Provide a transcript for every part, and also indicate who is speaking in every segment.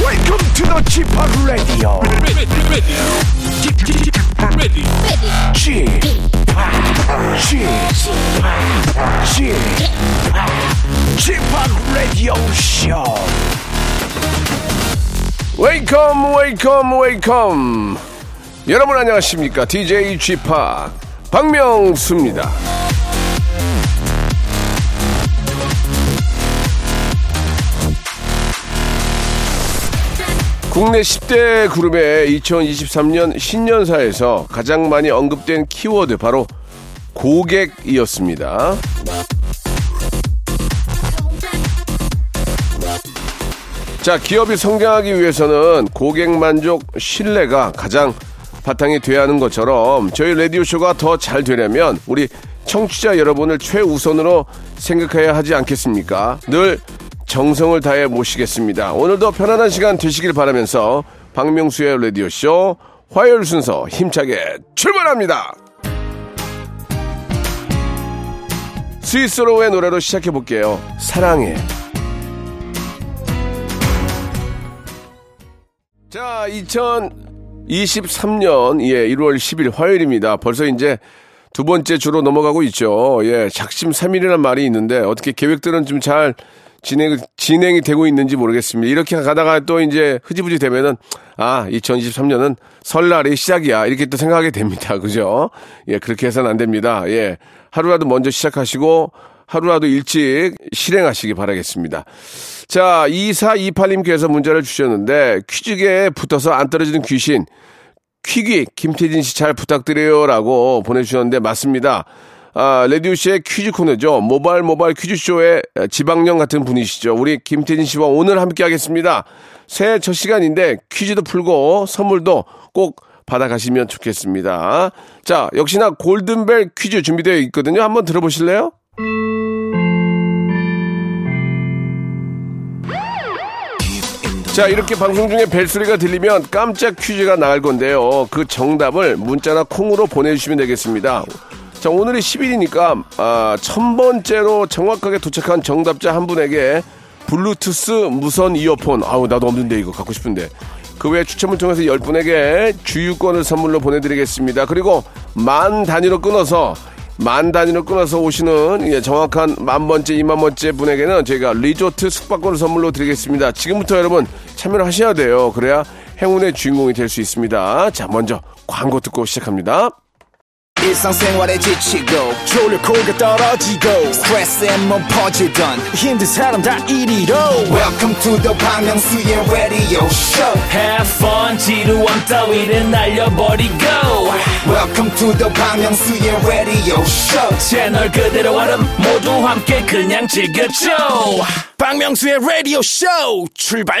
Speaker 1: Welcome to the g p Hop Radio.
Speaker 2: ready, ready, ready, ready.
Speaker 1: g p Hop, g p Hop, g p Hop, g p Hop Radio Show. Welcome, welcome, welcome. 여러분 안녕하십니까? DJ g p Hop 박명수입니다. 국내 10대 그룹의 2023년 신년사에서 가장 많이 언급된 키워드 바로 고객이었습니다. 자, 기업이 성장하기 위해서는 고객 만족, 신뢰가 가장 바탕이 돼야 하는 것처럼 저희 라디오쇼가 더 잘 되려면 우리 청취자 여러분을 최우선으로 생각해야 하지 않겠습니까? 늘 정성을 다해 모시겠습니다. 오늘도 편안한 시간 되시길 바라면서 박명수의 라디오쇼 화요일 순서 힘차게 출발합니다! 스위스로의 노래로 시작해볼게요. 사랑해. 자, 2023년 예, 1월 10일 화요일입니다. 벌써 이제 두 번째 주로 넘어가고 있죠. 예, 작심 삼일이란 말이 있는데 어떻게 계획들은 좀 잘 진행 진행이 되고 있는지 모르겠습니다. 이렇게 가다가 또 이제 흐지부지 되면은 아, 2023년은 설날이 시작이야. 이렇게 또 생각하게 됩니다. 그죠? 예, 그렇게 해서는 안 됩니다. 예. 하루라도 먼저 시작하시고 하루라도 일찍 실행하시기 바라겠습니다. 자, 2428님께서 문자를 주셨는데 퀴즈계에 붙어서 안 떨어지는 귀신 퀴기 김태진 씨 잘 부탁드려요라고 보내주셨는데 맞습니다. 아, 레디오 씨의 퀴즈 코너죠. 모발 모발 퀴즈쇼의 지방령 같은 분이시죠. 우리 김태진 씨와 오늘 함께 하겠습니다. 새해 첫 시간인데 퀴즈도 풀고 선물도 꼭 받아가시면 좋겠습니다. 자, 역시나 골든벨 퀴즈 준비되어 있거든요. 한번 들어보실래요? 자 이렇게 방송 중에 벨소리가 들리면 깜짝 퀴즈가 나갈 건데요 그 정답을 문자나 콩으로 보내주시면 되겠습니다 자 오늘이 10일이니까 아, 천 번째로 정확하게 도착한 정답자 한 분에게 블루투스 무선 이어폰 아우 나도 없는데 이거 갖고 싶은데 그 외에 추첨을 통해서 10분에게 주유권을 선물로 보내드리겠습니다 그리고 만 단위로 끊어서 만 단위로 끊어서 오시는 예, 정확한 만 번째, 이만 번째 분에게는 저희가 리조트 숙박권을 선물로 드리겠습니다. 지금부터 여러분 참여를 하셔야 돼요. 그래야 행운의 주인공이 될 수 있습니다. 자, 먼저 광고 듣고 시작합니다.
Speaker 3: 일상생활에 지치고, 졸려 코가 떨어지고, 스트레스에 몸 퍼지던, 힘든 사람 다 이리로. welcome to the Bang Myung-soo's radio show
Speaker 4: Have fun 지루함 따위를 날려버리고
Speaker 3: welcome to the Bang Myung-soo's radio show
Speaker 4: 채널 그대로 와름 모두 함께 그냥 즐겨줘
Speaker 3: 박명수의 radio show 출발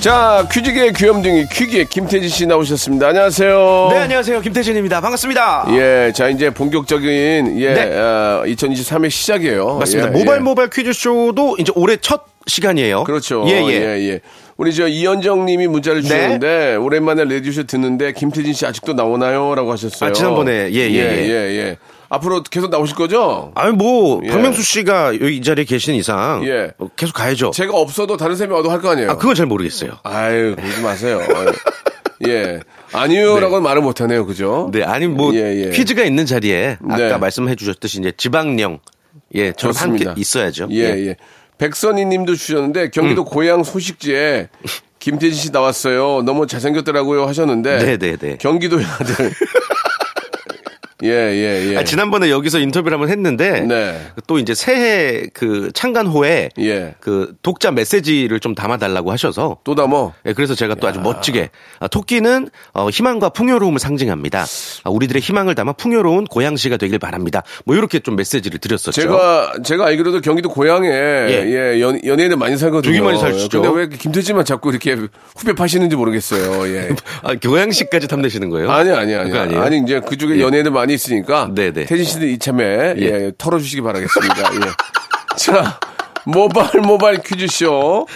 Speaker 1: 자 퀴즈계의 귀염둥이 퀴기의 김태진 씨 나오셨습니다. 안녕하세요.
Speaker 5: 네, 안녕하세요. 김태진입니다. 반갑습니다.
Speaker 1: 예, 자 이제 본격적인 예,
Speaker 5: 네.
Speaker 1: 2023의 시작이에요.
Speaker 5: 맞습니다.
Speaker 1: 예,
Speaker 5: 모발
Speaker 1: 예.
Speaker 5: 모발 퀴즈쇼도 이제 올해 첫 시간이에요.
Speaker 1: 그렇죠.
Speaker 5: 예, 네. 예.
Speaker 1: 예. 우리 저 이현정 님이 문자를 주셨는데 오랜만에 레디쇼 듣는데 김태진 씨 아직도 나오나요? 라고 하셨어요.
Speaker 5: 아, 지난번에. 예, 예,
Speaker 1: 예,
Speaker 5: 예.
Speaker 1: 예. 앞으로 계속 나오실 거죠?
Speaker 5: 아니, 뭐,
Speaker 1: 예.
Speaker 5: 박명수 씨가 여기 이 자리에 계신 이상
Speaker 1: 예.
Speaker 5: 어, 계속 가야죠.
Speaker 1: 제가 없어도 다른 사람이 와도 할 거 아니에요?
Speaker 5: 아, 그건 잘 모르겠어요.
Speaker 1: 아유, 그러지 마세요. 아유. 예. 아니요라고는 말을 못 하네요. 그죠?
Speaker 5: 네, 아니, 뭐,
Speaker 1: 예, 예.
Speaker 5: 퀴즈가 있는 자리에 아까
Speaker 1: 네.
Speaker 5: 말씀해 주셨듯이 이제 지방령. 예, 저랑
Speaker 1: 좋습니다.
Speaker 5: 함께 있어야죠.
Speaker 1: 예, 예. 백선희 님도 주셨는데
Speaker 5: 음.
Speaker 1: 경기도 고향 소식지에 김태진 씨 나왔어요. 너무 잘생겼더라고요 하셨는데
Speaker 5: 네, 네, 네.
Speaker 1: 경기도의 아들 예, 예, 예.
Speaker 5: 아, 지난번에 여기서 인터뷰를 한번 했는데
Speaker 1: 네.
Speaker 5: 또 이제 새해 그 창간호에
Speaker 1: 예.
Speaker 5: 그 독자 메시지를 좀 담아달라고 하셔서
Speaker 1: 또 담어.
Speaker 5: 예, 그래서 제가 또 아주 멋지게 아, 토끼는 어, 희망과 풍요로움을 상징합니다. 아, 우리들의 희망을 담아 풍요로운 고양시가 되길 바랍니다. 뭐 이렇게 좀 메시지를 드렸었죠.
Speaker 1: 제가
Speaker 5: 그렇죠.
Speaker 1: 제가 알기로도 경기도 고향에 예, 연, 연예인들 많이 살거든요.
Speaker 5: 되게 많이 살시죠.
Speaker 1: 근데 왜 김태진만 자꾸 이렇게 후배 파시는지 모르겠어요. 예.
Speaker 5: 아, 고양시까지 탐내시는 거예요?
Speaker 1: 아니 아니 아니
Speaker 5: 그거 아니에요?
Speaker 1: 아니 이제 그쪽에 연예인들 많이 있으니까
Speaker 5: 네네.
Speaker 1: 태진 씨도 이참에 예,
Speaker 5: 예.
Speaker 1: 털어주시기 바라겠습니다. 예. 자 모발 모발 퀴즈쇼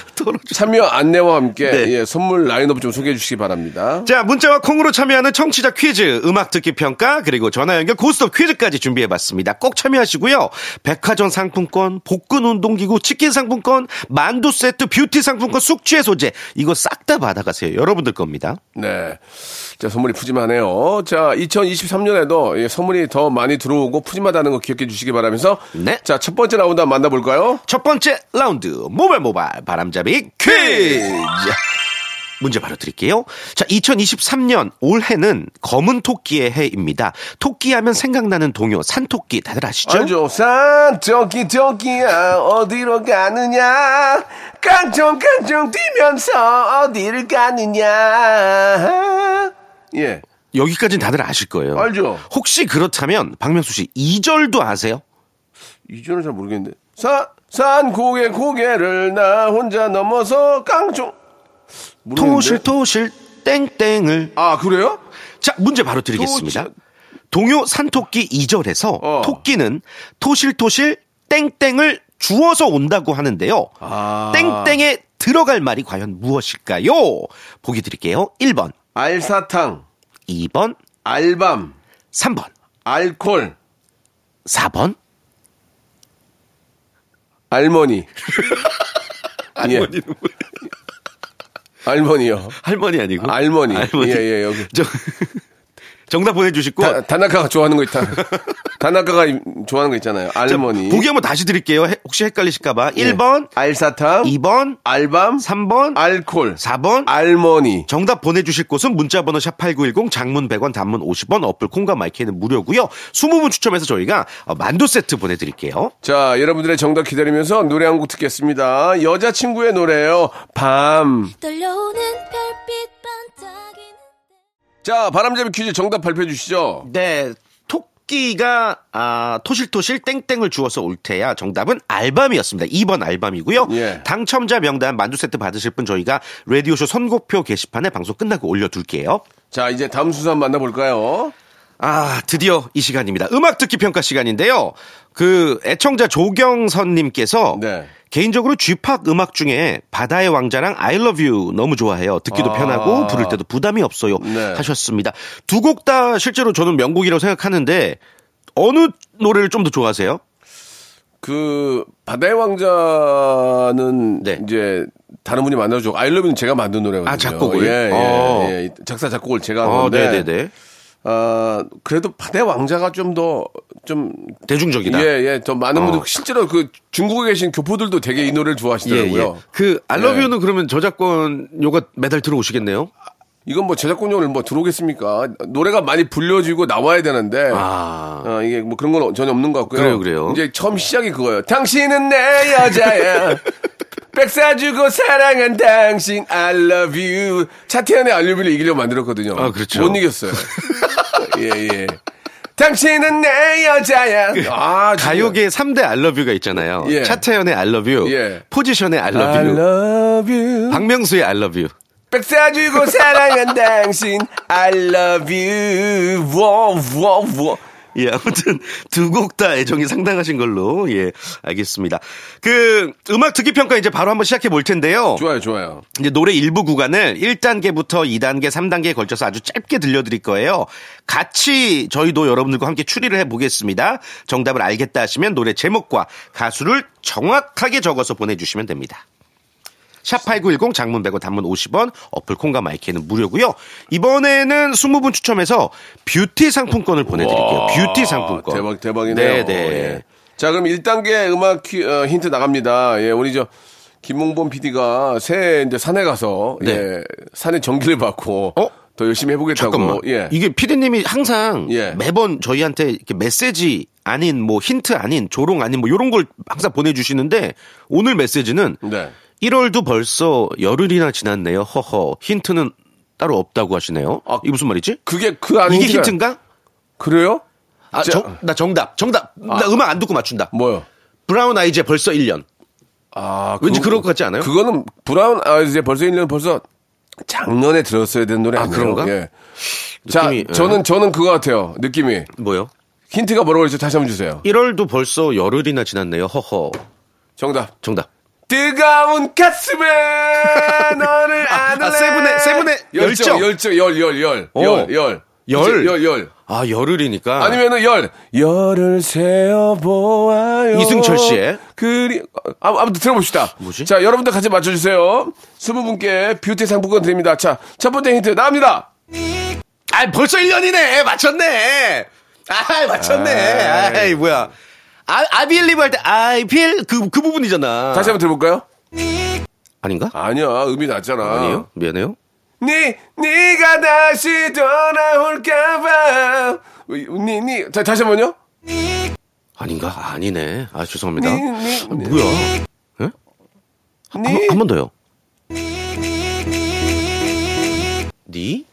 Speaker 1: 참여 안내와 함께
Speaker 5: 네.
Speaker 1: 예, 선물 라인업 좀 소개해 주시기 바랍니다.
Speaker 5: 자, 문자와 콩으로 참여하는 청취자 퀴즈, 음악 듣기 평가, 그리고 전화 연결 고스톱 퀴즈까지 준비해 봤습니다. 꼭 참여하시고요. 백화점 상품권, 복근 운동기구, 치킨 상품권, 만두 세트, 뷰티 상품권, 숙취의 소재. 이거 싹 다 받아가세요. 여러분들 겁니다.
Speaker 1: 네. 자, 선물이 푸짐하네요. 자, 2023년에도 예, 선물이 더 많이 들어오고 푸짐하다는 거 기억해 주시기 바라면서.
Speaker 5: 네.
Speaker 1: 자, 첫 번째 라운드 한번 만나볼까요?
Speaker 5: 첫 번째 라운드, 모발 모발 바람잡이 퀴즈! 문제 바로 드릴게요. 자, 2023년 올해는 검은 토끼의 해입니다. 토끼 하면 생각나는 동요, 산토끼 다들 아시죠?
Speaker 1: 알죠? 산, 저기, 저기야, 어디로 가느냐. 깡총깡총 뛰면서 어디를 가느냐. 예.
Speaker 5: 여기까지는 다들 아실 거예요.
Speaker 1: 알죠.
Speaker 5: 혹시 그렇다면 박명수 씨 2절도 아세요?
Speaker 1: 이전은 잘 모르겠는데. 산, 산 고개 고개를 나 혼자 넘어서 깡총. 모르겠는데.
Speaker 5: 토실토실 땡땡을
Speaker 1: 아, 그래요?
Speaker 5: 자 문제 바로 드리겠습니다.
Speaker 1: 토실.
Speaker 5: 동요 산토끼 2절에서
Speaker 1: 어.
Speaker 5: 토끼는 토실토실 땡땡을 주워서 온다고 하는데요.
Speaker 1: 아.
Speaker 5: 땡땡에 들어갈 말이 과연 무엇일까요? 보기 드릴게요. 1번,
Speaker 1: 알사탕,
Speaker 5: 2번,
Speaker 1: 알밤,
Speaker 5: 3번,
Speaker 1: 알콜,
Speaker 5: 4번.
Speaker 1: 할머니. 예. 할머니요.
Speaker 5: 할머니 아니고
Speaker 1: 할머니. 예, 예, 여기.
Speaker 5: 저- 정답 보내주시고
Speaker 1: 다, 다나카가 좋아하는 거 있다. 다나카가 임- 좋아하는 거 있잖아요.
Speaker 5: 자,
Speaker 1: 할머니. 예.
Speaker 5: 보기 한번 다시 드릴게요. 해- 혹시 헷갈리실까봐. 1번,
Speaker 1: 알사탕,
Speaker 5: 2번,
Speaker 1: 알밤,
Speaker 5: 3번,
Speaker 1: 알콜,
Speaker 5: 4번.
Speaker 1: 할머니.
Speaker 5: 정답 보내주실 곳은 문자번호 샵8910 장문 100원 단문 50원 어플 콩과 마이크는 무료고요 20분 추첨해서 저희가 어, 만두 세트 보내드릴게요.
Speaker 1: 자, 여러분들의 정답 기다리면서 노래 한 곡 듣겠습니다. 여자친구의 노래예요. 밤.
Speaker 6: 떨려오는 별빛 반짝이는
Speaker 1: 자, 바람잡이 퀴즈 정답 발표해 주시죠.
Speaker 5: 네. 토끼가 아, 토실토실 땡땡을 주워서 올 테야 정답은 알밤이었습니다. 2번 알밤이고요.
Speaker 1: 예.
Speaker 5: 당첨자 명단 만두 세트 받으실 분 저희가 라디오쇼 선고표 게시판에 방송 끝나고 올려둘게요.
Speaker 1: 자, 이제 다음 순서 한번 만나볼까요?
Speaker 5: 아, 드디어 이 시간입니다. 음악 듣기 평가 시간인데요. 그 애청자 조경선님께서
Speaker 1: 네.
Speaker 5: 개인적으로 쥐팍 음악 중에 바다의 왕자랑 I Love You 너무 좋아해요. 듣기도
Speaker 1: 아.
Speaker 5: 편하고 부를 때도 부담이 없어요.
Speaker 1: 네.
Speaker 5: 하셨습니다. 두 곡 다 실제로 저는 명곡이라고 생각하는데 어느 노래를 좀 더 좋아하세요?
Speaker 1: 그 바다의 왕자는
Speaker 5: 네.
Speaker 1: 이제 다른 분이 만들어주고 아이러브는 제가 만든 노래거든요.
Speaker 5: 아, 작곡을?
Speaker 1: 예, 예,
Speaker 5: 어.
Speaker 1: 예. 작사 작곡을 제가
Speaker 5: 어,
Speaker 1: 하는데
Speaker 5: 네네네.
Speaker 1: 아, 그래도 바다의 왕자가 좀 더 좀
Speaker 5: 대중적이다.
Speaker 1: 예, 예. 더 많은
Speaker 5: 어.
Speaker 1: 분들 실제로 그 중국에 계신 교포들도 되게 이 노래를 좋아하시더라고요.
Speaker 5: 그 I Love
Speaker 1: 예.
Speaker 5: You는 그러면 저작권 요가 매달 들어오시겠네요?
Speaker 1: 이건 뭐 제작권료를 뭐 들어오겠습니까? 노래가 많이 불려지고 나와야 되는데
Speaker 5: 아.
Speaker 1: 어, 이게 뭐 그런 건 전혀 없는 것 같고요.
Speaker 5: 그래요, 그래요.
Speaker 1: 이제 처음 시작이 그거예요. 당신은 내 여자야. 백사주고 사랑한 당신, I love you. 차태현의 알류비를 이기려고 만들었거든요.
Speaker 5: 아, 그렇죠.
Speaker 1: 못 이겼어요. 예, 예. 당신은 내 여자야. 아, 진짜.
Speaker 5: 그 가요계 3대 I Love You가 있잖아요.
Speaker 1: 예.
Speaker 5: 차태현의 I Love You,
Speaker 1: 예.
Speaker 5: 포지션의 I Love
Speaker 1: I
Speaker 5: You,
Speaker 1: love you.
Speaker 5: 박명수의 I love you.
Speaker 1: 백사주고 사랑한 당신, I love you. 워, 워, 워.
Speaker 5: 예, 아무튼 두 곡 다 애정이 상당하신 걸로 예, 알겠습니다. 그 음악 듣기 평가 이제 바로 한번 시작해 볼 텐데요.
Speaker 1: 좋아요, 좋아요.
Speaker 5: 이제 노래 일부 구간을 1단계부터 2단계, 3단계에 걸쳐서 아주 짧게 들려드릴 거예요. 같이 저희도 여러분들과 함께 추리를 해보겠습니다. 정답을 알겠다 하시면 노래 제목과 가수를 정확하게 적어서 보내주시면 됩니다. 샵8910 장문 100원 단문 50원 어플 콩과 마이키는 무료고요. 이번에는 20분 추첨해서 뷰티 상품권을 보내드릴게요. 뷰티 상품권.
Speaker 1: 대박 대박이네요.
Speaker 5: 네네.
Speaker 1: 예. 자 그럼 1단계 음악 퀴- 어, 힌트 나갑니다. 예, 우리 저 김홍범 PD가 새해 이제 산에 가서
Speaker 5: 네.
Speaker 1: 예, 산에 전기를 받고
Speaker 5: 어?
Speaker 1: 더 열심히 해보겠다고.
Speaker 5: 잠깐만.
Speaker 1: 예.
Speaker 5: 이게 피디님이 항상
Speaker 1: 예.
Speaker 5: 매번 저희한테 이렇게 메시지 아닌 뭐 힌트 아닌 조롱 아닌 뭐 이런 걸 항상 보내주시는데 오늘 메시지는
Speaker 1: 네.
Speaker 5: 1월도 벌써 열흘이나 지났네요. 허허. 힌트는 따로 없다고 하시네요.
Speaker 1: 아,
Speaker 5: 이게 무슨 말이지?
Speaker 1: 그게 그 아닌
Speaker 5: 이게
Speaker 1: 게 아니-
Speaker 5: 힌트인가?
Speaker 1: 그래요?
Speaker 5: 아,
Speaker 1: 자-
Speaker 5: 정- 나 정답. 정답.
Speaker 1: 아.
Speaker 5: 나 음악 안 듣고 맞춘다.
Speaker 1: 뭐요?
Speaker 5: 브라운 아이즈 벌써 1년.
Speaker 1: 아,
Speaker 5: 왠지
Speaker 1: 그거-
Speaker 5: 그럴 것 같지 않아요?
Speaker 1: 그거는 브라운 아 이제 벌써 1년 벌써 작년에 들었어야 되는 노래
Speaker 5: 아,
Speaker 1: 아니에요?
Speaker 5: 그런가?
Speaker 1: 예. 자,
Speaker 5: 느낌이, 예.
Speaker 1: 저는 저는 그거 같아요. 느낌이.
Speaker 5: 뭐요?
Speaker 1: 힌트가 뭐라고 했죠? 다시 한번 주세요.
Speaker 5: 1월도 벌써 열흘이나 지났네요. 허허.
Speaker 1: 정답.
Speaker 5: 정답.
Speaker 1: 뜨거운 가슴에 너를 안을래.
Speaker 5: 아, 세븐의- 세븐의 열정.
Speaker 1: 열정, 열, 열, 열,
Speaker 5: 오.
Speaker 1: 열, 열,
Speaker 5: 열.
Speaker 1: 열, 열.
Speaker 5: 아, 열흘이니까.
Speaker 1: 아니면은 열 열을 세어 보아요.
Speaker 5: 이승철 씨의?
Speaker 1: 그리 아무- 아무튼 들어봅시다.
Speaker 5: 뭐지?
Speaker 1: 자 여러분들 같이 맞춰주세요. 스무 분께 뷰티 상품권 드립니다. 자 첫 번째 힌트 나옵니다.
Speaker 5: 아, 벌써 1년이네. 맞췄네. 아, 맞췄네. 아이, 뭐야. 아, 아빌리브 할 때, 아이, 필, 그, 그 부분이잖아.
Speaker 1: 다시 한번 들어볼까요?
Speaker 5: 아닌가?
Speaker 1: 아니야 음이 낮잖아.
Speaker 5: 아니에요? 미안해요.
Speaker 1: 네 네가 다시 돌아올까봐. 니니자 다시 한번요.
Speaker 5: 아닌가? 아, 아니네. 아, 죄송합니다.
Speaker 1: 네, 네,
Speaker 5: 아, 뭐야. 예?
Speaker 1: 네.
Speaker 5: 한 번 더요. 니?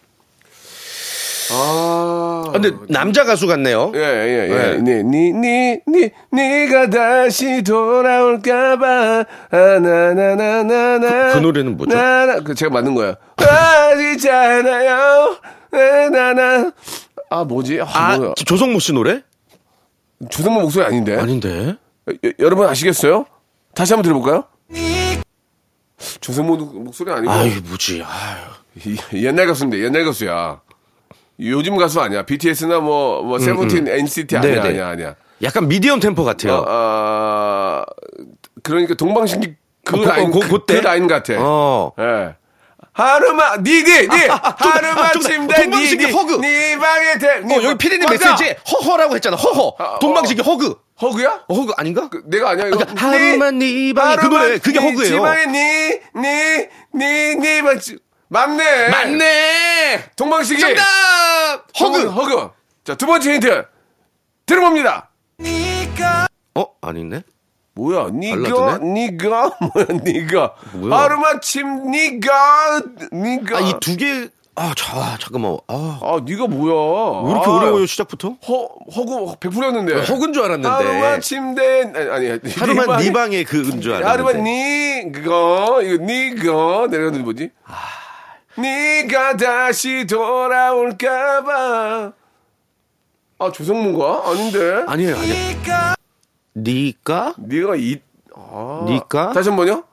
Speaker 5: 아, 근데 남자 가수 같네요.
Speaker 1: 예예예.
Speaker 5: 네.
Speaker 1: 니니니 니 니가 다시 돌아올까봐 아나나나나나.
Speaker 5: 그- 그 노래는 뭐죠?
Speaker 1: 나나 그 제가 만든 거야. 아시잖아요. 네, 나나. 아 뭐지? 아,
Speaker 5: 아,
Speaker 1: 뭐야.
Speaker 5: 조- 조성모 씨 노래?
Speaker 1: 조성모 목소리 아닌데.
Speaker 5: 아닌데.
Speaker 1: 여- 여러분 아시겠어요? 다시 한번 들어볼까요? 조성모 목소리 아니고
Speaker 5: 아유, 뭐지. 아유.
Speaker 1: 이- 옛날 가수인데 옛날 가수야. 요즘 가수 아니야. BTS나 뭐, 뭐 세븐틴, NCT 아니야,
Speaker 5: 음, 네, 네.
Speaker 1: 아니야, 아니야.
Speaker 5: 약간 미디엄 템포 같아요.
Speaker 1: 아, 그러니까 동방신기 그
Speaker 5: 어, 그-
Speaker 1: 라인
Speaker 5: 그-
Speaker 1: 그,
Speaker 5: 그때?
Speaker 1: 그 라인 같아.
Speaker 5: 어. 아,
Speaker 1: 예. 하루마 니니 니 하루마
Speaker 5: 좀-
Speaker 1: 침대
Speaker 5: 아, 동방신기
Speaker 1: 니니
Speaker 5: 허그.
Speaker 1: 니 방에 대.
Speaker 5: 어, 여기 피디님 메시지에 허허라고 했잖아. 허허.
Speaker 1: 아, 어.
Speaker 5: 동방신기 허그.
Speaker 1: 허그야?
Speaker 5: 어, 허그 아닌가?
Speaker 1: 그, 내가 아니야 이거.
Speaker 5: 그러니까 하루만 네 방에 그
Speaker 1: 하루만
Speaker 5: 노래, 그게
Speaker 1: 네
Speaker 5: 허그예요.
Speaker 1: 지방에 니니니니방 뭐, 맞네.
Speaker 5: 맞네.
Speaker 1: 동방신기.
Speaker 5: 정답.
Speaker 1: 허그
Speaker 5: 허그.
Speaker 1: 허그. 자 두 번째 힌트 들어봅니다.
Speaker 5: 어, 아닌데?
Speaker 1: 뭐야, 니가,
Speaker 5: 발라드네?
Speaker 1: 니가, 뭐야, 니가.
Speaker 5: 뭐야?
Speaker 1: 하루마침, 니가, 니가.
Speaker 5: 아, 이 두 개. 아, 자, 아, 잠깐만. 아,
Speaker 1: 아, 니가 뭐야.
Speaker 5: 왜 이렇게
Speaker 1: 아,
Speaker 5: 어려워요, 시작부터?
Speaker 1: 허, 허구, 100%였는데.
Speaker 5: 허그인 줄 알았는데.
Speaker 1: 아, 하루만 침대, 아니, 아니.
Speaker 5: 하루만 네 방에 그은 줄 알았는데. 아.
Speaker 1: 하루만 니가, 이거 니가, 내려가는 뭐지? 니가 다시 돌아올까봐. 아, 조성문가? 아닌데.
Speaker 5: 아니에요, 아니에요. 니까?
Speaker 1: 니가 이,
Speaker 5: 니까?
Speaker 1: 어. 다시 한 번요?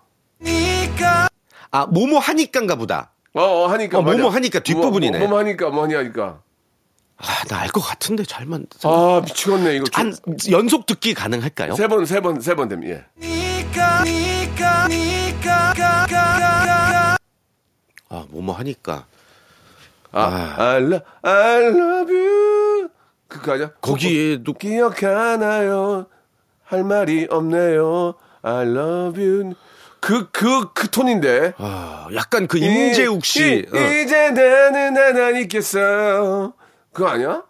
Speaker 5: 아, 뭐뭐 하니깐가 보다.
Speaker 1: 어, 어 하니까.
Speaker 5: 어, 뭐뭐
Speaker 1: 맞아.
Speaker 5: 하니까 뒷부분이네.
Speaker 1: 뭐, 뭐, 뭐 하니까, 뭐 하니까.
Speaker 5: 아, 나 알 것 같은데, 잘만.
Speaker 1: 아 미치겠네 이거
Speaker 5: 한, 연속 듣기 가능할까요?
Speaker 1: 세번 세 번 세 번 됩니다. 예.
Speaker 5: 아, 뭐뭐 하니까.
Speaker 1: 아, I love, I love you 그거 아니야?
Speaker 5: 거기에도
Speaker 1: 기억하나요? 할 말이 없네요. I love you 그 그 그 톤인데.
Speaker 5: 아, 약간 그 임재욱
Speaker 1: 이,
Speaker 5: 씨. 어.
Speaker 1: 제 나는 나나 있겠어. 그거 아니야?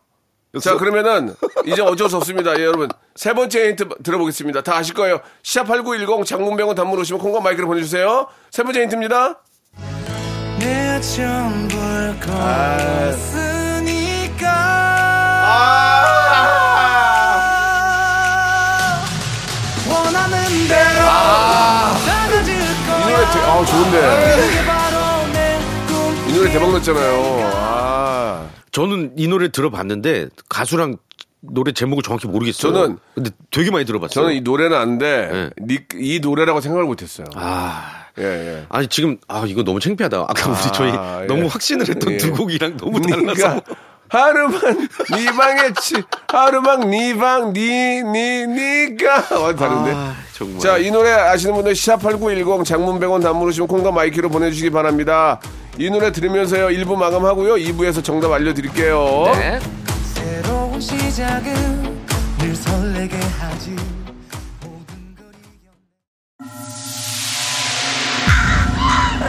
Speaker 1: 자 그러면은 이제 어쩔 수 없습니다. 예, 여러분 세 번째 힌트 들어보겠습니다. 다 아실 거예요. 시합 8910 장문병원 단문 오시면 콩과 마이크를 보내주세요. 세 번째 힌트입니다. 아. 아. 아. 이 노래 되, 아 좋은데 이 노래 대박 났잖아요. 아
Speaker 5: 저는 이 노래 들어봤는데 가수랑 노래 제목을 정확히 모르겠어요.
Speaker 1: 저는-
Speaker 5: 근데 되게 많이 들어봤어요.
Speaker 1: 저는 이 노래는 안돼 이 노래라고 생각을 못했어요.
Speaker 5: 네. 아.
Speaker 1: 예 예.
Speaker 5: 아니 지금 아 이거 너무 창피하다. 아까 우리 저희
Speaker 1: 예.
Speaker 5: 너무 확신을 했던
Speaker 1: 예.
Speaker 5: 두 곡이랑 너무 달라서
Speaker 1: 그러니까 하루만 네 방에 치 하루만 네방네네 니가 완 다른데.
Speaker 5: 아, 정말.
Speaker 1: 자, 이 노래 아시는 분들 샵8910 장문 100원 단무르시면 콩과 마이키로 보내주시기 바랍니다. 이 노래 들으면서요. 1부 마감하고요. 2부에서 정답 알려드릴게요.
Speaker 5: 네.
Speaker 7: 새로운 시작은 늘 설레게 하지 모든 걸 이겨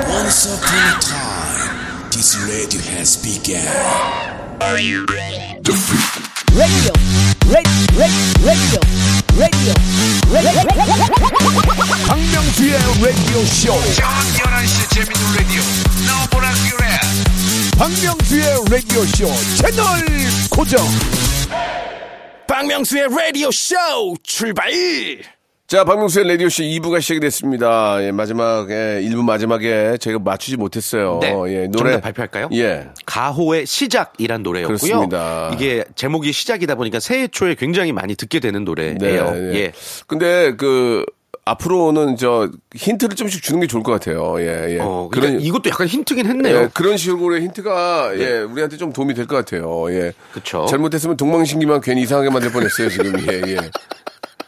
Speaker 8: Once upon a time, this This radio has begun.
Speaker 9: radio, radio, radio, radio, radio,
Speaker 3: 박명수의 라디오 쇼. 저녁 11시 재밌는 라디오. 너보라 그래. 박명수의 라디오 쇼 채널 고정.
Speaker 4: 박명수의 라디오 쇼 출발
Speaker 1: 자, 박명수의 라디오쇼 2부가 시작이 됐습니다. 예, 마지막에, 1부 마지막에 저희가 맞추지 못했어요.
Speaker 5: 네.
Speaker 1: 예,
Speaker 5: 정답 발표할까요?
Speaker 1: 예.
Speaker 5: 가호의 시작이란 노래였고요.
Speaker 1: 그렇습니다.
Speaker 5: 이게 제목이 시작이다 보니까 새해 초에 굉장히 많이 듣게 되는
Speaker 1: 네,
Speaker 5: 노래예요. 예.
Speaker 1: 근데 그, 앞으로는 저 힌트를 좀씩 주는 게 좋을 것 같아요. 예, 예.
Speaker 5: 어, 그러니까 이것도 약간 힌트긴 했네요. 네.
Speaker 1: 예, 그런 식으로의 힌트가 예, 우리한테 좀 도움이 될 것 같아요. 예.
Speaker 5: 그쵸.
Speaker 1: 잘못했으면 동방신기만 괜히 이상하게 만들 뻔했어요, 지금. 예, 예.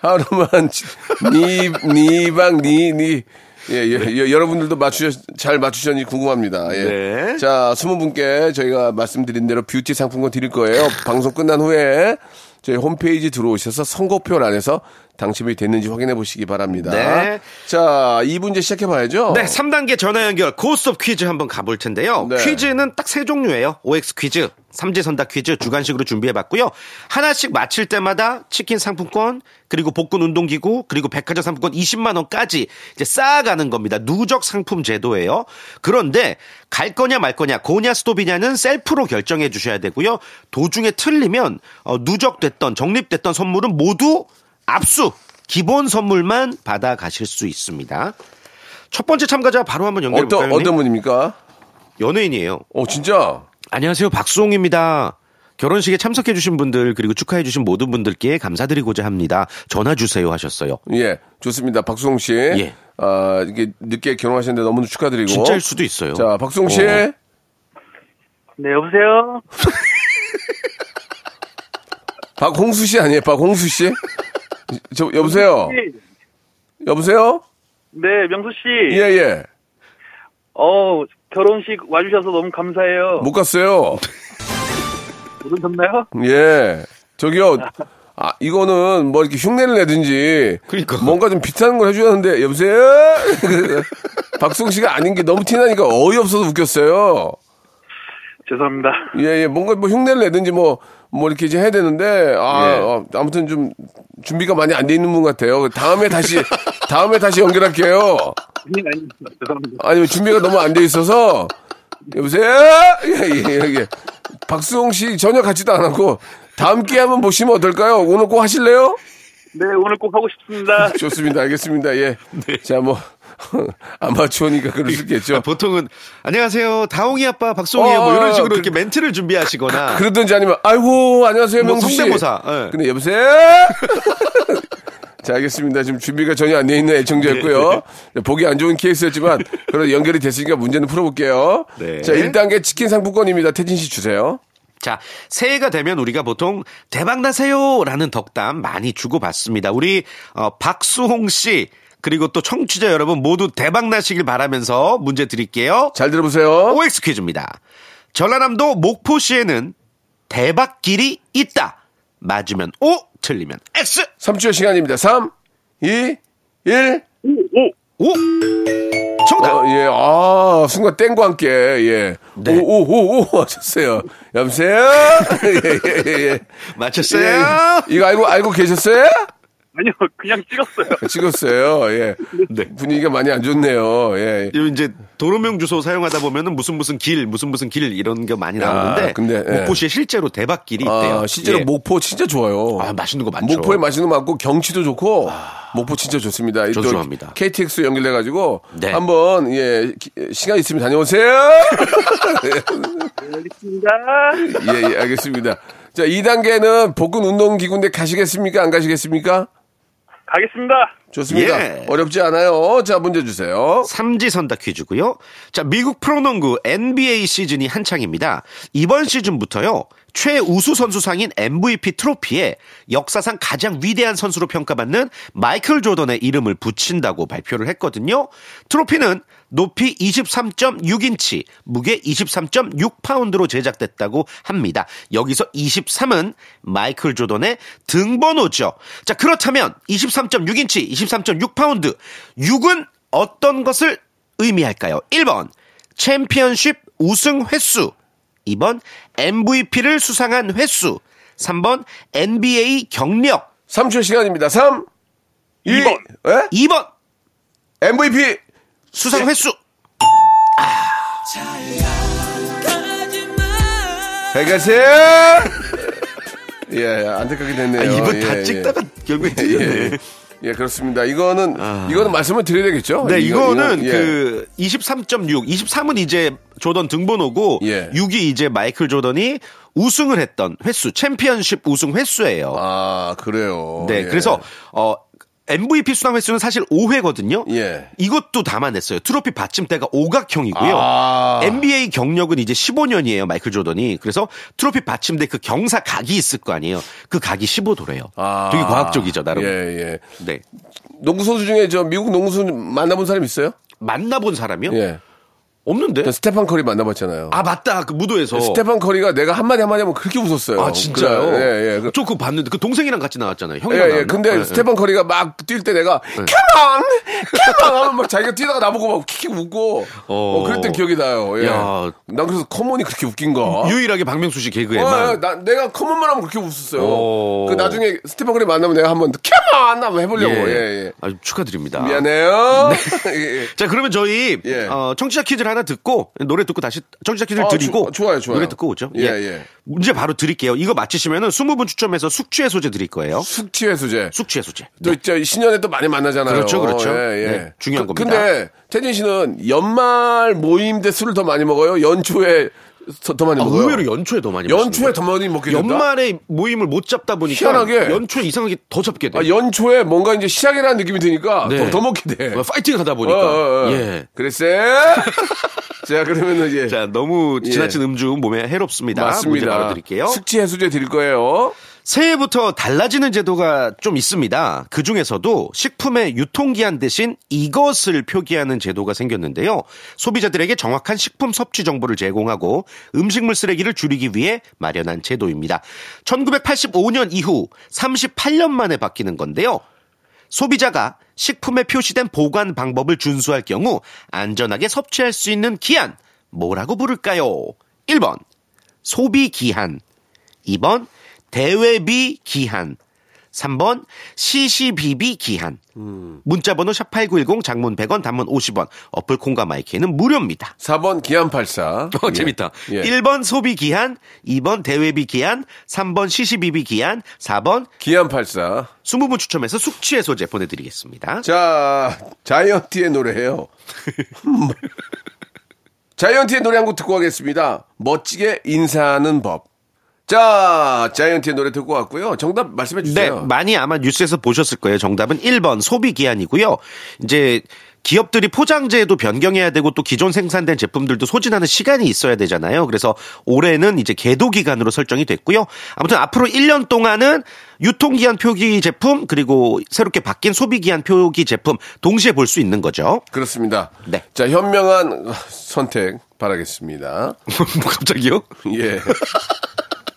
Speaker 1: 하루만 지- 니, 니방 니 니. 예, 예, 예, 여러분들도 맞추셨 잘 맞추셨는지 궁금합니다. 예.
Speaker 5: 네.
Speaker 1: 자, 20분께 저희가 말씀드린 대로 뷰티 상품권 드릴 거예요. 방송 끝난 후에 저희 홈페이지 들어오셔서 선거표 안에서 당첨이 됐는지 확인해 보시기 바랍니다.
Speaker 5: 네.
Speaker 1: 자, 2분제 시작해 봐야죠.
Speaker 5: 네, 3단계 전화 연결 고스톱 퀴즈 한번 가볼 텐데요.
Speaker 1: 네.
Speaker 5: 퀴즈는 딱 세 종류예요. OX 퀴즈, 삼지선다 퀴즈 주간식으로 준비해봤고요. 하나씩 맞힐 때마다 치킨 상품권, 그리고 복근 운동기구, 그리고 백화점 상품권 20만 원까지 이제 쌓아가는 겁니다. 누적 상품 제도예요. 그런데 갈 거냐 말 거냐, 고냐 스톱이냐는 셀프로 결정해 주셔야 되고요. 도중에 틀리면 어, 누적됐던 적립됐던 선물은 모두 압수. 기본 선물만 받아 가실 수 있습니다. 첫 번째 참가자 바로 한번 연결해 볼까요? 네,
Speaker 1: 어떤 어떤 분입니까?
Speaker 5: 연예인이에요.
Speaker 1: 어, 진짜.
Speaker 5: 안녕하세요. 박수홍입니다. 결혼식에 참석해 주신 분들 그리고 축하해 주신 모든 분들께 감사드리고자 합니다. 전화 주세요 하셨어요.
Speaker 1: 예, 좋습니다. 박수홍 씨. 아, 이게 늦게 결혼하셨는데 너무 축하드리고.
Speaker 5: 예. 진짜일 수도 있어요.
Speaker 1: 자, 박수홍 씨.
Speaker 5: 어.
Speaker 10: 네, 여보세요?
Speaker 1: 박홍수 씨 아니에요? 박홍수 씨? 저, 여보세요? 여보세요?
Speaker 10: 네, 명수씨.
Speaker 1: 예, 예.
Speaker 10: 어, 결혼식 와주셔서 너무 감사해요.
Speaker 1: 못 갔어요.
Speaker 10: 모르셨나요?
Speaker 1: 예. 저기요. 아, 이거는 뭐 이렇게 흉내를 내든지.
Speaker 5: 그러니까.
Speaker 1: 뭔가 좀 비슷한 걸 해줘야 하는데, 여보세요? 박수홍 씨가 아닌 게 너무 티나니까 어이없어서 웃겼어요.
Speaker 10: 죄송합니다.
Speaker 1: 예, 예, 뭔가 뭐 흉내를 내든지 뭐, 뭐 이렇게 이제 해야 되는데, 아,
Speaker 5: 예.
Speaker 1: 어, 아무튼 좀 준비가 많이 안 돼 있는 분 같아요. 다음에 다시, 다음에 다시 연결할게요.
Speaker 10: 아니, 아니, 죄송합니다.
Speaker 1: 아니, 준비가 너무 안 돼 있어서, 여보세요? 예, 예, 예. 박수홍 씨 전혀 같지도 않았고, 다음 기회 한번 보시면 어떨까요? 오늘 꼭 하실래요?
Speaker 10: 네, 오늘 꼭 하고 싶습니다.
Speaker 1: 좋습니다. 알겠습니다. 예. 자, 뭐, 아마추어니까 그럴 수 있겠죠.
Speaker 5: 보통은 안녕하세요. 다홍이 아빠 박수홍이에요. 뭐
Speaker 1: 어,
Speaker 5: 이런 식으로
Speaker 1: 그-
Speaker 5: 이렇게 멘트를 준비하시거나
Speaker 1: 그러든지 아니면 아이고 안녕하세요
Speaker 5: 뭐
Speaker 1: 명수 씨.
Speaker 5: 성대모사, 예.
Speaker 1: 근데 여보세요. 자 알겠습니다. 지금 준비가 전혀 안 돼 있는
Speaker 5: 예,
Speaker 1: 애청자였고요. 네, 보기 안 좋은 케이스였지만 그래도 연결이 됐으니까 문제는 풀어볼게요.
Speaker 5: 네.
Speaker 1: 자 1단계 치킨 상품권입니다. 태진 씨 주세요.
Speaker 5: 자, 새해가 되면 우리가 보통 대박 나세요라는 덕담 많이 주고받습니다. 우리 어, 박수홍 씨 그리고 또 청취자 여러분 모두 대박 나시길 바라면서 문제 드릴게요.
Speaker 1: 잘 들어보세요.
Speaker 5: OX 퀴즈입니다. 전라남도 목포시에는 대박길이 있다. 맞으면 O, 틀리면 X.
Speaker 1: 3초의 시간입니다. 3, 2, 1.
Speaker 5: O. 정답.
Speaker 1: 어, 예, 아, 순간 땡과 함께, 예.
Speaker 5: 네.
Speaker 1: 오, 오, 오, 오, 하셨어요. 여보세요? 예, 예, 예, 예.
Speaker 5: 맞췄어요.
Speaker 1: 예, 이거 알고, 알고 계셨어요?
Speaker 10: 아니요, 그냥 찍었어요.
Speaker 1: 네, 찍었어요. 예.
Speaker 5: 네.
Speaker 1: 분위기가 많이 안 좋네요. 예.
Speaker 5: 이거 이제 도로명 주소 사용하다 보면은 무슨 무슨 길, 무슨 무슨 길 이런 게 많이 나오는데
Speaker 1: 아, 근데, 예.
Speaker 5: 목포시에 실제로 대박길이 있대요.
Speaker 1: 아, 실제로
Speaker 5: 예.
Speaker 1: 목포 진짜 좋아요.
Speaker 5: 아, 맛있는 거 많죠. 아.
Speaker 1: 목포에 맛있는 거 많고 경치도 좋고 목포 진짜 좋습니다. 또
Speaker 5: 좋아합니다.
Speaker 1: KTX 연결돼 가지고
Speaker 5: 네.
Speaker 1: 한번 예 기- 시간 있으면 다녀오세요.
Speaker 10: 알겠습니다.
Speaker 1: 예, 예, 알겠습니다. 자, 2단계는 복근 운동 기구인데 가시겠습니까? 안 가시겠습니까?
Speaker 10: 가겠습니다.
Speaker 1: 좋습니다.
Speaker 5: 예.
Speaker 1: 어렵지 않아요. 자, 문제 주세요.
Speaker 5: 삼지선다 퀴즈고요. 자, 미국 프로농구 NBA 시즌이 한창입니다. 이번 시즌부터요. 최우수 선수상인 MVP 트로피에 역사상 가장 위대한 선수로 평가받는 마이클 조던의 이름을 붙인다고 발표를 했거든요. 트로피는 높이 23.6인치, 무게 23.6파운드로 제작됐다고 합니다. 여기서 23은 마이클 조던의 등번호죠. 자, 그렇다면 23.6인치, 23.6파운드, 6은 어떤 것을 의미할까요? 1번 챔피언십 우승 횟수. 2번 MVP를 수상한 횟수. 3번 NBA 경력.
Speaker 1: 3초 시간입니다. 3, 2,
Speaker 5: 이번.
Speaker 1: 예?
Speaker 5: 2번
Speaker 1: MVP.
Speaker 5: 수상 횟수.
Speaker 1: 잘 가세요! 예, 안타깝게 됐네요.
Speaker 5: 아, 이분
Speaker 1: 예,
Speaker 5: 다
Speaker 1: 예.
Speaker 5: 찍다가 결국에
Speaker 1: 예,
Speaker 5: 틀렸네. 아.
Speaker 1: 예, 그렇습니다. 이거는, 이거는 말씀을 드려야 되겠죠?
Speaker 5: 네,
Speaker 1: 이거-
Speaker 5: 이거는
Speaker 1: 이거- 예.
Speaker 5: 그 23.6, 23은 이제 조던 등번호고
Speaker 1: 예.
Speaker 5: 6이 이제 마이클 조던이 우승을 했던 횟수, 챔피언십 우승 횟수예요.
Speaker 1: 아, 그래요.
Speaker 5: 네,
Speaker 1: 예.
Speaker 5: 그래서 어 MVP 수상 횟수는 사실 5회거든요.
Speaker 1: 예.
Speaker 5: 이것도 담아냈어요. 트로피 받침대가 오각형이고요.
Speaker 1: 아.
Speaker 5: NBA 경력은 이제 15년이에요, 마이클 조던이. 그래서 트로피 받침대 그 경사 각이 있을 거 아니에요. 그 각이 15도래요.
Speaker 1: 아.
Speaker 5: 되게 과학적이죠, 나름.
Speaker 1: 예, 예.
Speaker 5: 네.
Speaker 1: 농구 선수 중에 저 미국 농구 선수 만나본 사람 있어요?
Speaker 5: 만나본 사람이요?
Speaker 1: 예.
Speaker 5: 없는데.
Speaker 1: 저 스테판 커리 만나봤잖아요.
Speaker 5: 어? 아 맞다 그 무도에서
Speaker 1: 스테판 커리가 내가 한마디 한마디 하면 그렇게 웃었어요.
Speaker 5: 아 진짜요?
Speaker 1: 그래, 예, 예. 그-
Speaker 5: 저 그거 봤는데 그 동생이랑 같이 나왔잖아요. 형이랑
Speaker 1: 예, 예.
Speaker 5: 나왔나?
Speaker 1: 근데
Speaker 5: 예,
Speaker 1: 스테판 커리가 막 뛸 때 내가
Speaker 5: 네.
Speaker 1: 캐런! 캐런! 하면 막 자기가 뛰다가 나보고 막 킥킥 웃고
Speaker 5: 어.
Speaker 1: 어, 그랬던 기억이 나요. 예.
Speaker 5: 야.
Speaker 1: 난 그래서 커먼이 그렇게 웃긴가?
Speaker 5: 예. 유일하게 네, 박명수 씨
Speaker 1: 어,
Speaker 5: 개그에만
Speaker 1: 예, 나, 내가 커먼만 하면 그렇게 웃었어요.
Speaker 5: 어.
Speaker 1: 그 나중에 스테판 커리 만나면 내가 한번 캐런! 한번 해보려고. 예, 예.
Speaker 5: 아주 축하드립니다.
Speaker 1: 미안해요.
Speaker 5: 네.
Speaker 1: 예, 예.
Speaker 5: 자 그러면 저희
Speaker 1: 예.
Speaker 5: 어, 청취자 퀴즈를 하나 듣고 노래 듣고 다시 청취자 퀴즈를
Speaker 1: 아,
Speaker 5: 드리고
Speaker 1: 주- 좋아요, 좋아요.
Speaker 5: 노래 듣고 오죠.
Speaker 1: 예, 예.
Speaker 5: 문제 바로 드릴게요. 이거 맞히시면은 20분 추첨해서 숙취 해소제 드릴 거예요.
Speaker 1: 숙취 해소제.
Speaker 5: 숙취 해소제.
Speaker 1: 또 이제 신년에 또 많이 만나잖아요.
Speaker 5: 그렇죠, 그렇죠.
Speaker 1: 예, 예.
Speaker 5: 네, 중요한
Speaker 1: 그-
Speaker 5: 겁니다.
Speaker 1: 근데 태진 씨는 연말 모임 때 술을 더 많이 먹어요. 연초에 더, 더 많이
Speaker 5: 아,
Speaker 1: 먹어요.
Speaker 5: 의외로 연초에 더 많이
Speaker 1: 연초에
Speaker 5: 마시는
Speaker 1: 더
Speaker 5: 거예요.
Speaker 1: 많이 먹게 된다.
Speaker 5: 연말에 모임을 못 잡다 보니까
Speaker 1: 희한하게.
Speaker 5: 연초에 이상하게 더 잡게 돼.
Speaker 1: 아, 연초에 뭔가 이제 시작이라는 느낌이 드니까
Speaker 5: 네.
Speaker 1: 더, 더 먹게 돼. 어,
Speaker 5: 파이팅 하다 보니까. 예.
Speaker 1: 그랬어요. 자 그러면은 예.
Speaker 5: 자, 너무
Speaker 1: 예.
Speaker 5: 지나친 음주 몸에 해롭습니다. 문제
Speaker 1: 맞습니다.
Speaker 5: 바로 드릴게요.
Speaker 1: 숙취 해소제 드릴 거예요.
Speaker 5: 새해부터 달라지는 제도가 좀 있습니다. 그 중에서도 식품의 유통기한 대신 이것을 표기하는 제도가 생겼는데요. 소비자들에게 정확한 식품 섭취 정보를 제공하고 음식물 쓰레기를 줄이기 위해 마련한 제도입니다. 1985년 이후 38년 만에 바뀌는 건데요. 소비자가 식품에 표시된 보관 방법을 준수할 경우 안전하게 섭취할 수 있는 기한 뭐라고 부를까요? 1번 소비 기한 2번 대외비 기한 3번 CCBB 기한 음. 문자번호 샵8910 장문 100원 단문 50원 어플 콩과 마이키는 무료입니다
Speaker 1: 4번 기안팔사. 예.
Speaker 5: 어, 재밌다. 1번 소비 기한, 2번 대외비 기한, 3번 CCBB 기한, 4번
Speaker 1: 기안팔사.
Speaker 5: 20분 추첨해서 숙취 해소제 보내드리겠습니다.
Speaker 1: 자, 자이언티의 노래예요. 자이언티의 노래 한 곡 듣고 가겠습니다. 멋지게 인사하는 법. 자, 자이언티의 노래 듣고 왔고요. 정답 말씀해
Speaker 5: 네,
Speaker 1: 주세요.
Speaker 5: 많이 아마 뉴스에서 보셨을 거예요. 정답은 1번 소비 기한이고요. 이제 기업들이 포장재도 변경해야 되고 또 기존 생산된 제품들도 소진하는 시간이 있어야 되잖아요. 그래서 올해는 이제 계도 기간으로 설정이 됐고요. 아무튼 앞으로 1년 동안은 유통기한 표기 제품 그리고 새롭게 바뀐 소비기한 표기 제품 동시에 볼 수 있는 거죠.
Speaker 1: 그렇습니다.
Speaker 5: 네.
Speaker 1: 자, 현명한 선택 바라겠습니다.
Speaker 5: 갑자기요?
Speaker 1: 예.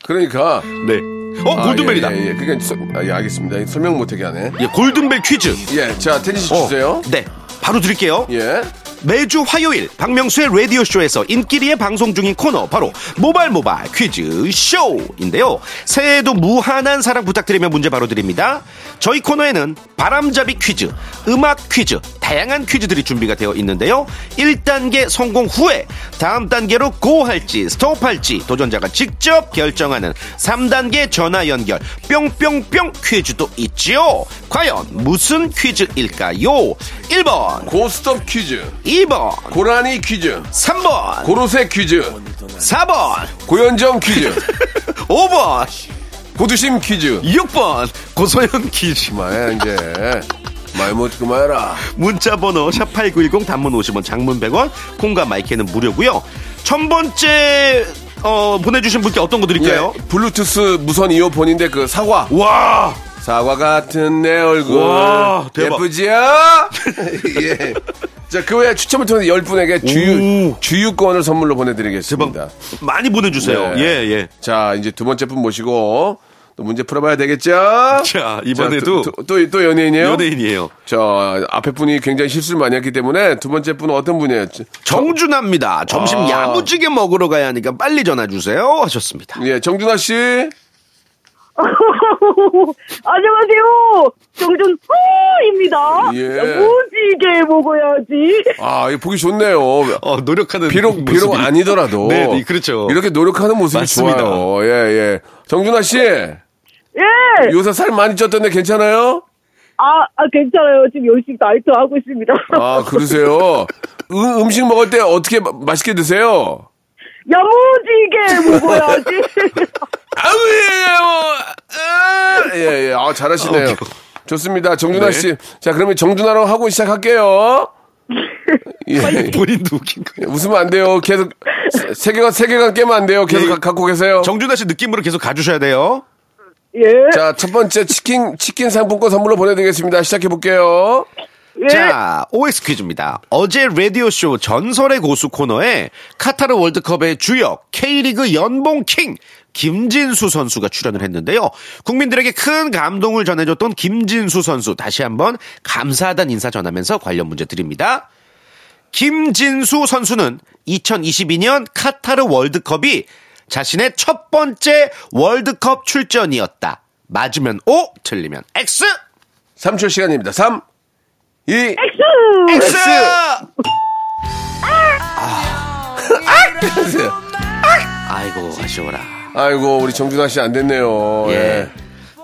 Speaker 1: 그러니까
Speaker 5: 네. 어,
Speaker 1: 아,
Speaker 5: 골든벨이다.
Speaker 1: 예, 예, 예. 그러니까 서- 아, 예, 알겠습니다. 설명 못하게 하네.
Speaker 5: 예, 골든벨 퀴즈.
Speaker 1: 예, 자, 테디 씨
Speaker 5: 어,
Speaker 1: 주세요.
Speaker 5: 네. 바로 드릴게요.
Speaker 1: 예.
Speaker 5: 매주 화요일 박명수의 라디오 쇼에서 인기리에 방송 중인 코너 바로 모발 모발 퀴즈 쇼인데요. 새해에도 무한한 사랑 부탁드리며 문제 바로 드립니다. 저희 코너에는 바람잡이 퀴즈, 음악 퀴즈, 다양한 퀴즈들이 준비가 되어 있는데요. 1단계 성공 후에 다음 단계로 고할지 스톱할지 도전자가 직접 결정하는 3단계 전화 연결 뿅뿅뿅 퀴즈도 있지요. 과연 무슨 퀴즈일까요? 1번
Speaker 1: 고스톱 퀴즈,
Speaker 5: 2번,
Speaker 1: 고라니 퀴즈,
Speaker 5: 3번,
Speaker 1: 고로쇠 퀴즈,
Speaker 5: 4번,
Speaker 1: 고현정 퀴즈,
Speaker 5: 5번,
Speaker 1: 고두심 퀴즈.
Speaker 5: 6번, 고소연 퀴즈.
Speaker 1: 그만해 이제 말 못 그만해라
Speaker 5: 문자번호 샵8910 단문 50원, 장문 100원, 콩과 마이크는 무료고요 첫 번째, 어, 보내주신 분께 어떤 거 드릴까요?
Speaker 1: 예, 블루투스 무선 이어폰인데 그 사과
Speaker 5: 와!
Speaker 1: 사과 같은 내 얼굴
Speaker 5: 와, 대박.
Speaker 1: 예쁘지요? 예. 자, 그 외에 추첨을 통해서 10분에게 주유,
Speaker 5: 오.
Speaker 1: 주유권을 선물로 보내드리겠습니다.
Speaker 5: 많이 보내주세요.
Speaker 1: 네.
Speaker 5: 예, 예.
Speaker 1: 자, 이제 두 번째 분 모시고 또 문제 풀어봐야 되겠죠?
Speaker 5: 자, 이번에도
Speaker 1: 자, 또, 또, 또 연예인이에요?
Speaker 5: 연예인이에요.
Speaker 1: 자, 앞에 분이 굉장히 실수를 많이 했기 때문에 두 번째 분은 어떤 분이에요? 저-
Speaker 5: 정준하입니다. 점심
Speaker 1: 아.
Speaker 5: 야무지게 먹으러 가야 하니까 빨리 전화 주세요. 하셨습니다.
Speaker 1: 예, 정준하 씨.
Speaker 8: 안녕하세요. 정준 후입니다.
Speaker 1: 예.
Speaker 8: 무지개 먹어야지.
Speaker 1: 아, 이거 보기 좋네요.
Speaker 5: 어, 노력하는
Speaker 1: 비록,
Speaker 5: 모습이-
Speaker 1: 비록 아니더라도.
Speaker 5: 네, 네, 그렇죠.
Speaker 1: 이렇게 노력하는 모습이
Speaker 5: 맞습니다.
Speaker 1: 좋아요. 예, 예. 정준하 씨.
Speaker 8: 예.
Speaker 1: 요새 살 많이 쪘던데 괜찮아요?
Speaker 8: 아, 아 괜찮아요. 지금 열심히 다이어트 하고 있습니다.
Speaker 1: 아, 그러세요? 음, 음식 먹을 때 어떻게 마- 맛있게 드세요?
Speaker 8: 야무지게 먹어야지.
Speaker 1: 아우, 예, 예, 어, 뭐, 아, 예, 예. 아, 잘하시네요. 좋습니다. 정준하
Speaker 5: 네.
Speaker 1: 씨. 자, 그러면 정준하로 하고 시작할게요. 예.
Speaker 5: 본인도 웃긴 거예요.
Speaker 1: 웃으면 안 돼요. 계속 세- 세계관 세계관 깨면 안 돼요. 계속
Speaker 5: 예.
Speaker 1: 가- 갖고 계세요.
Speaker 5: 정준하 씨 느낌으로 계속 가주셔야 돼요.
Speaker 8: 예.
Speaker 1: 자, 첫 번째 치킨 치킨 상품권 선물로 보내드리겠습니다. 시작해 볼게요.
Speaker 8: 예.
Speaker 5: 자, OX 퀴즈입니다. 어제 라디오쇼 전설의 고수 코너에 카타르 월드컵의 주역 K리그 연봉 킹 김진수 선수가 출연을 했는데요. 국민들에게 큰 감동을 전해줬던 김진수 선수 다시 한번 감사하다는 인사 전하면서 관련 문제 드립니다. 김진수 선수는 2022년 카타르 월드컵이 자신의 첫 번째 월드컵 출전이었다. 맞으면 O, 틀리면 X.
Speaker 1: 3초 시간입니다. 3, 2,
Speaker 5: X! 아이고 아쉬워라.
Speaker 1: 아이고 우리 정준하 씨 안 됐네요.
Speaker 5: 예.
Speaker 1: 예.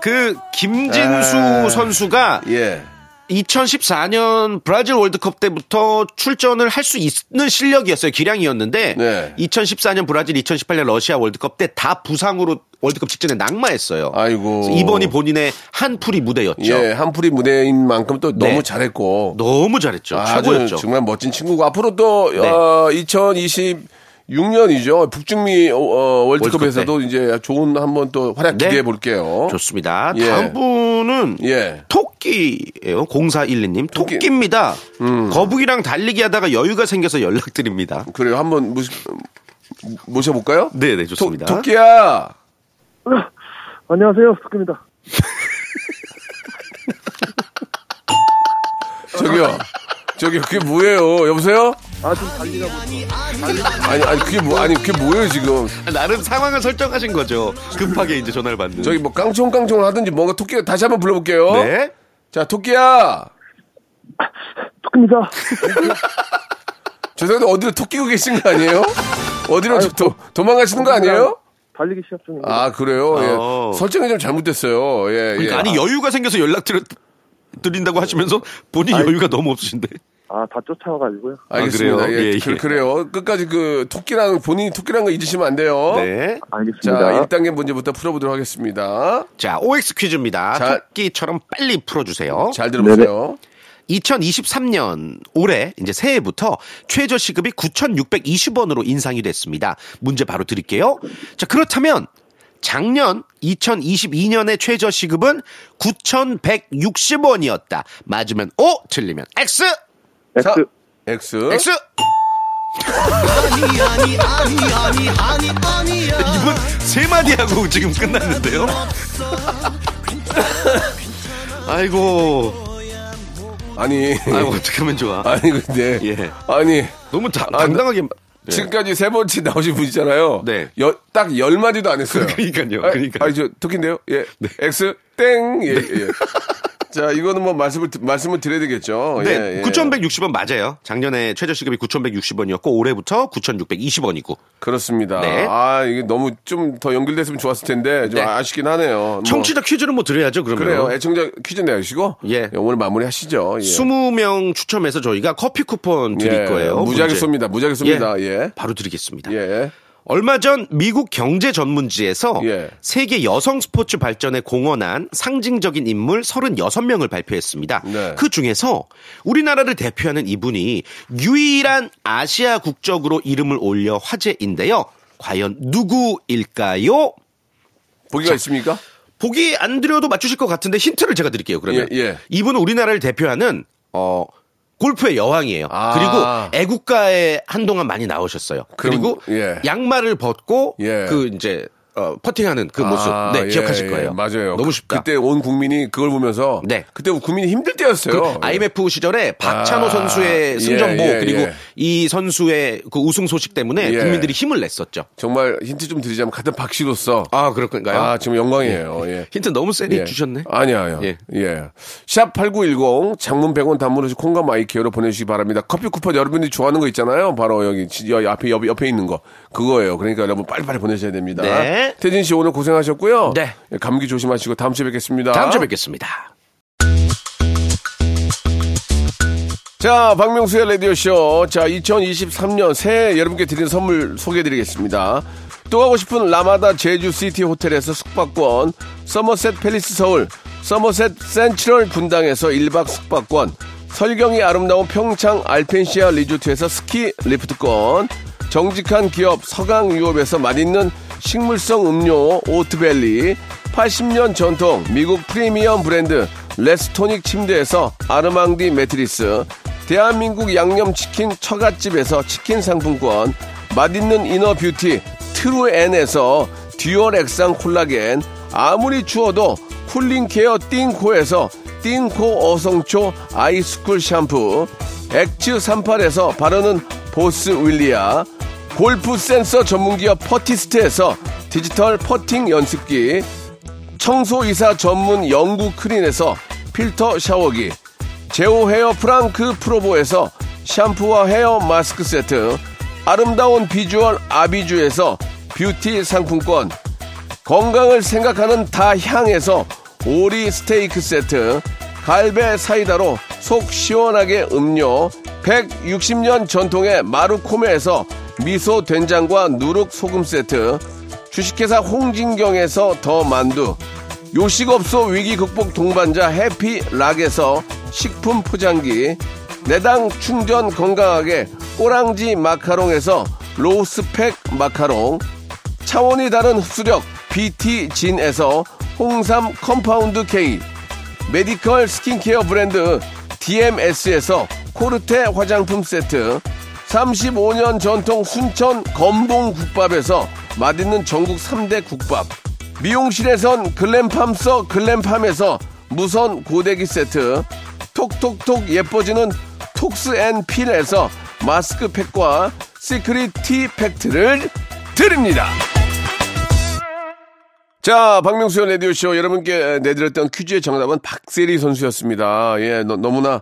Speaker 5: 그 김진수
Speaker 1: 아.
Speaker 5: 선수가
Speaker 1: 예.
Speaker 5: 2014년 브라질 월드컵 때부터 출전을 할 수 있는 실력이었어요. 기량이었는데
Speaker 1: 네.
Speaker 5: 2014년 브라질, 2018년 러시아 월드컵 때 다 부상으로 월드컵 직전에 낙마했어요.
Speaker 1: 아이고.
Speaker 5: 그래서 이번이 본인의 한풀이 무대였죠.
Speaker 1: 예, 한풀이 무대인 만큼 또
Speaker 5: 그렇죠. 네.
Speaker 1: 너무 잘했고
Speaker 5: 너무 잘했죠.
Speaker 1: 아주
Speaker 5: 최고였죠. 네.
Speaker 1: 정말 멋진 친구고 앞으로 또 2026년이죠 북중미 어, 어, 월드컵에서도 이제 좋은 한번 또 활약
Speaker 5: 네.
Speaker 1: 기대해 볼게요.
Speaker 5: 좋습니다.
Speaker 1: 예.
Speaker 5: 다음 분은
Speaker 1: 예.
Speaker 5: 토끼예요. 0412님
Speaker 1: 토끼. 음.
Speaker 5: 토끼. 입니다 거북이랑 달리기 하다가 여유가 생겨서 연락드립니다.
Speaker 1: 그래요. 한번 모시, 모셔볼까요?
Speaker 5: 네, 네, 좋습니다.
Speaker 1: 토, 토끼야.
Speaker 10: 안녕하세요, 스크입니다.
Speaker 1: 저기요. 저기 그게 뭐예요? 여보세요?
Speaker 10: 아, 좀 달리가
Speaker 1: 아니 아니 그게 뭐 아니 그게 뭐예요 지금?
Speaker 5: 나름 상황을 설정하신 거죠. 급하게 이제 전화를 받는.
Speaker 1: 저기 뭐 깡총깡총을 하든지 뭔가 토끼 다시 한번 불러볼게요.
Speaker 5: 네.
Speaker 1: 자 토끼야.
Speaker 10: 스크입니다.
Speaker 1: 죄송한데 어디로 토끼고 계신 거 아니에요? 어디로 도, 도망가시는 거 아니에요?
Speaker 10: 달리기 시합 중입니다.
Speaker 1: 아 그래요. 예.
Speaker 5: 어.
Speaker 1: 설정이 좀 잘못됐어요. 예. 예.
Speaker 5: 그러니까 아니 여유가 생겨서 연락 드려, 드린다고 하시면서 본인 여유가 너무 없으신데.
Speaker 10: 아, 다 쫓아와가지고요.
Speaker 1: 알겠습니다.
Speaker 5: 아, 그래요?
Speaker 1: 예,
Speaker 5: 예,
Speaker 1: 그,
Speaker 5: 예.
Speaker 1: 그래요. 끝까지 그 토끼랑 본인이 토끼라는 거 잊으시면 안 돼요.
Speaker 5: 네.
Speaker 1: 자,
Speaker 10: 알겠습니다.
Speaker 1: 1단계 문제부터 풀어보도록 하겠습니다.
Speaker 5: 자, OX 퀴즈입니다.
Speaker 1: 자.
Speaker 5: 토끼처럼 빨리 풀어주세요.
Speaker 1: 잘 들어보세요.
Speaker 5: 2023년 올해 이제 새해부터 최저 시급이 9,620원으로 인상이 됐습니다. 문제 바로 드릴게요. 자, 그렇다면 작년 2022년의 최저 시급은 9,160원이었다. 맞으면 O, 틀리면 X.
Speaker 1: 자,
Speaker 10: X.
Speaker 1: X.
Speaker 5: X. 이분 세 마디 하고 지금 끝났는데요. 아이고,
Speaker 1: 아니.
Speaker 5: 아이고 어떻게 하면 좋아.
Speaker 1: 아니, 근데.
Speaker 5: 예.
Speaker 1: 아니.
Speaker 5: 너무 다, 당당하게 예.
Speaker 1: 지금까지 세 번째 나오신 분이잖아요.
Speaker 5: 네.
Speaker 1: 여- 딱 열 마디도 안 했어요.
Speaker 5: 그러니까요,
Speaker 1: 아,
Speaker 5: 그러니까요. 네.
Speaker 1: 아니, 저 토끼인데요. 예. X 땡. 예. 예. 자, 이거는 뭐 말씀을 드- 말씀을 드려야 되겠죠.
Speaker 5: 네,
Speaker 1: 예, 예.
Speaker 5: 9,160원 맞아요. 작년에 최저 시급이 9,160원이었고 올해부터 9,620원이고
Speaker 1: 그렇습니다.
Speaker 5: 네.
Speaker 1: 아, 이게 너무 좀 더 연결됐으면 좋았을 텐데 좀
Speaker 5: 네.
Speaker 1: 아쉽긴 하네요. 뭐,
Speaker 5: 청취자 퀴즈는 뭐 드려야죠, 그러면.
Speaker 1: 그래요. 애청자 퀴즈 내시고
Speaker 5: 예.
Speaker 1: 오늘 마무리 하시죠. 예.
Speaker 5: 20명 추첨해서 저희가 커피 쿠폰 드릴
Speaker 1: 예,
Speaker 5: 거예요.
Speaker 1: 무지하게
Speaker 5: 문제.
Speaker 1: 쏩니다. 무지하게 쏩니다. 예.
Speaker 5: 바로 드리겠습니다.
Speaker 1: 예.
Speaker 5: 얼마 전 미국 경제 전문지에서
Speaker 1: 예.
Speaker 5: 세계 여성 스포츠 발전에 공헌한 상징적인 인물 36명을 발표했습니다.
Speaker 1: 네.
Speaker 5: 그 중에서 우리나라를 대표하는 이분이 유일한 아시아 국적으로 이름을 올려 화제인데요. 과연 누구일까요?
Speaker 1: 보기가 있습니까?
Speaker 5: 보기 안 드려도 맞추실 것 같은데 힌트를 제가 드릴게요. 그러면
Speaker 1: 예, 예.
Speaker 5: 이분은 우리나라를 대표하는 어 골프의 여왕이에요.
Speaker 1: 아.
Speaker 5: 그리고 애국가에 한동안 많이 나오셨어요.
Speaker 1: 그럼,
Speaker 5: 그리고
Speaker 1: 예.
Speaker 5: 양말을 벗고
Speaker 1: 예.
Speaker 5: 그 이제 어, 퍼팅하는 그 모습.
Speaker 1: 아,
Speaker 5: 네,
Speaker 1: 예,
Speaker 5: 기억하실 거예요.
Speaker 1: 예, 맞아요.
Speaker 5: 너무
Speaker 1: 그-
Speaker 5: 쉽다.
Speaker 1: 그때 온 국민이 그걸 보면서
Speaker 5: 네.
Speaker 1: 그때 국민이 힘들 때였어요. 예.
Speaker 5: 그 IMF 시절에 박찬호
Speaker 1: 아,
Speaker 5: 선수의 승전보
Speaker 1: 예, 예,
Speaker 5: 그리고
Speaker 1: 예.
Speaker 5: 이 선수의 그 우승 소식 때문에
Speaker 1: 예.
Speaker 5: 국민들이 힘을 냈었죠.
Speaker 1: 정말 힌트 좀 드리자면 같은 박씨로서
Speaker 5: 아 그럴까요?
Speaker 1: 아, 지금 영광이에요. 예.
Speaker 5: 힌트 너무 세게
Speaker 1: 예.
Speaker 5: 주셨네.
Speaker 1: 아니요, 아니요. 예.
Speaker 5: 예.
Speaker 1: 샵8910 장문 100원 단문으로 콩과 마이키어로 보내주시기 바랍니다. 커피 쿠폰 여러분들이 좋아하는 거 있잖아요. 바로 여기, 지- 여기 앞에, 옆, 옆에 있는 거. 그거예요. 그러니까 여러분 빨리빨리 보내셔야 됩니다.
Speaker 5: 네.
Speaker 1: 태진 씨 오늘 고생하셨고요.
Speaker 5: 네.
Speaker 1: 예, 감기 조심하시고 다음 주에 뵙겠습니다.
Speaker 5: 다음 주에 뵙겠습니다.
Speaker 1: 자, 박명수의 라디오쇼. 자, 2023년 새해 여러분께 드리는 선물 소개해드리겠습니다. 또 가고 싶은 라마다 제주시티 호텔에서 숙박권, 서머셋 팰리스 서울, 서머셋 센트럴 분당에서 1박 숙박권, 설경이 아름다운 평창 알펜시아 리조트에서 스키 리프트권, 정직한 기업 서강유업에서 맛있는 식물성 음료 오트밸리 80년 전통 미국 프리미엄 브랜드 레스토닉 침대에서 아르망디 매트리스 대한민국 양념치킨 처갓집에서 치킨 상품권 맛있는 이너 뷰티 트루엔에서 듀얼 액상 콜라겐 아무리 추워도 쿨링 케어 띵코에서 띵코 어성초 아이스쿨 샴푸 엑츠 38에서 바르는 보스 윌리아 골프 센서 전문기업 퍼티스트에서 디지털 퍼팅 연습기 청소이사 전문 영구 크린에서 필터 샤워기 제오 헤어 프랑크 프로보에서 샴푸와 헤어 마스크 세트 아름다운 비주얼 아비주에서 뷰티 상품권 건강을 생각하는 다향에서 오리 스테이크 세트, 갈배 사이다로 속 시원하게 음료, 160년 전통의 마루코메에서 미소 된장과 누룩 소금 세트, 주식회사 홍진경에서 더 만두, 요식업소 위기 극복 동반자 해피락에서 식품 포장기, 내당 충전 건강하게 꼬랑지 마카롱에서 로스팩 마카롱, 차원이 다른 흡수력 BT진에서 홍삼 컴파운드 K 메디컬 스킨케어 브랜드 DMS에서 코르테 화장품 세트 35년 전통 순천 건봉국밥에서 맛있는 전국 3대 국밥 미용실에선 글램팜서 글램팜에서 무선 고데기 세트 톡톡톡 예뻐지는 톡스앤필에서 마스크팩과 시크릿 티팩트를 드립니다. 자, 박명수의 라디오쇼 여러분께 내드렸던 퀴즈의 정답은 박세리 선수였습니다. 예, 너, 무나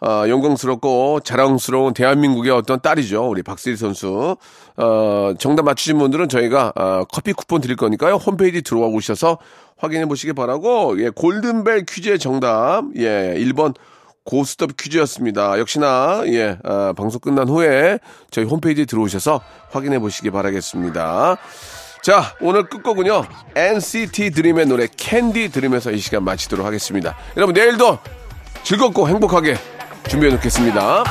Speaker 1: 어, 영광스럽고 자랑스러운 대한민국의 어떤 딸이죠. 우리 박세리 선수. 어, 정답 맞추신 분들은 저희가 어, 커피 쿠폰 드릴 거니까요. 홈페이지 들어와 오셔서 확인해 보시기 바라고, 예, 골든벨 퀴즈의 정답, 예, 1번 고스톱 퀴즈였습니다. 역시나 예 아, 방송 끝난 후에 저희 홈페이지 들어오셔서 확인해 보시기 바라겠습니다. 자 오늘 끝곡은요 NCT 드림의 노래 캔디 들으면서 이 시간 마치도록 하겠습니다. 여러분 내일도 즐겁고 행복하게 준비해 놓겠습니다.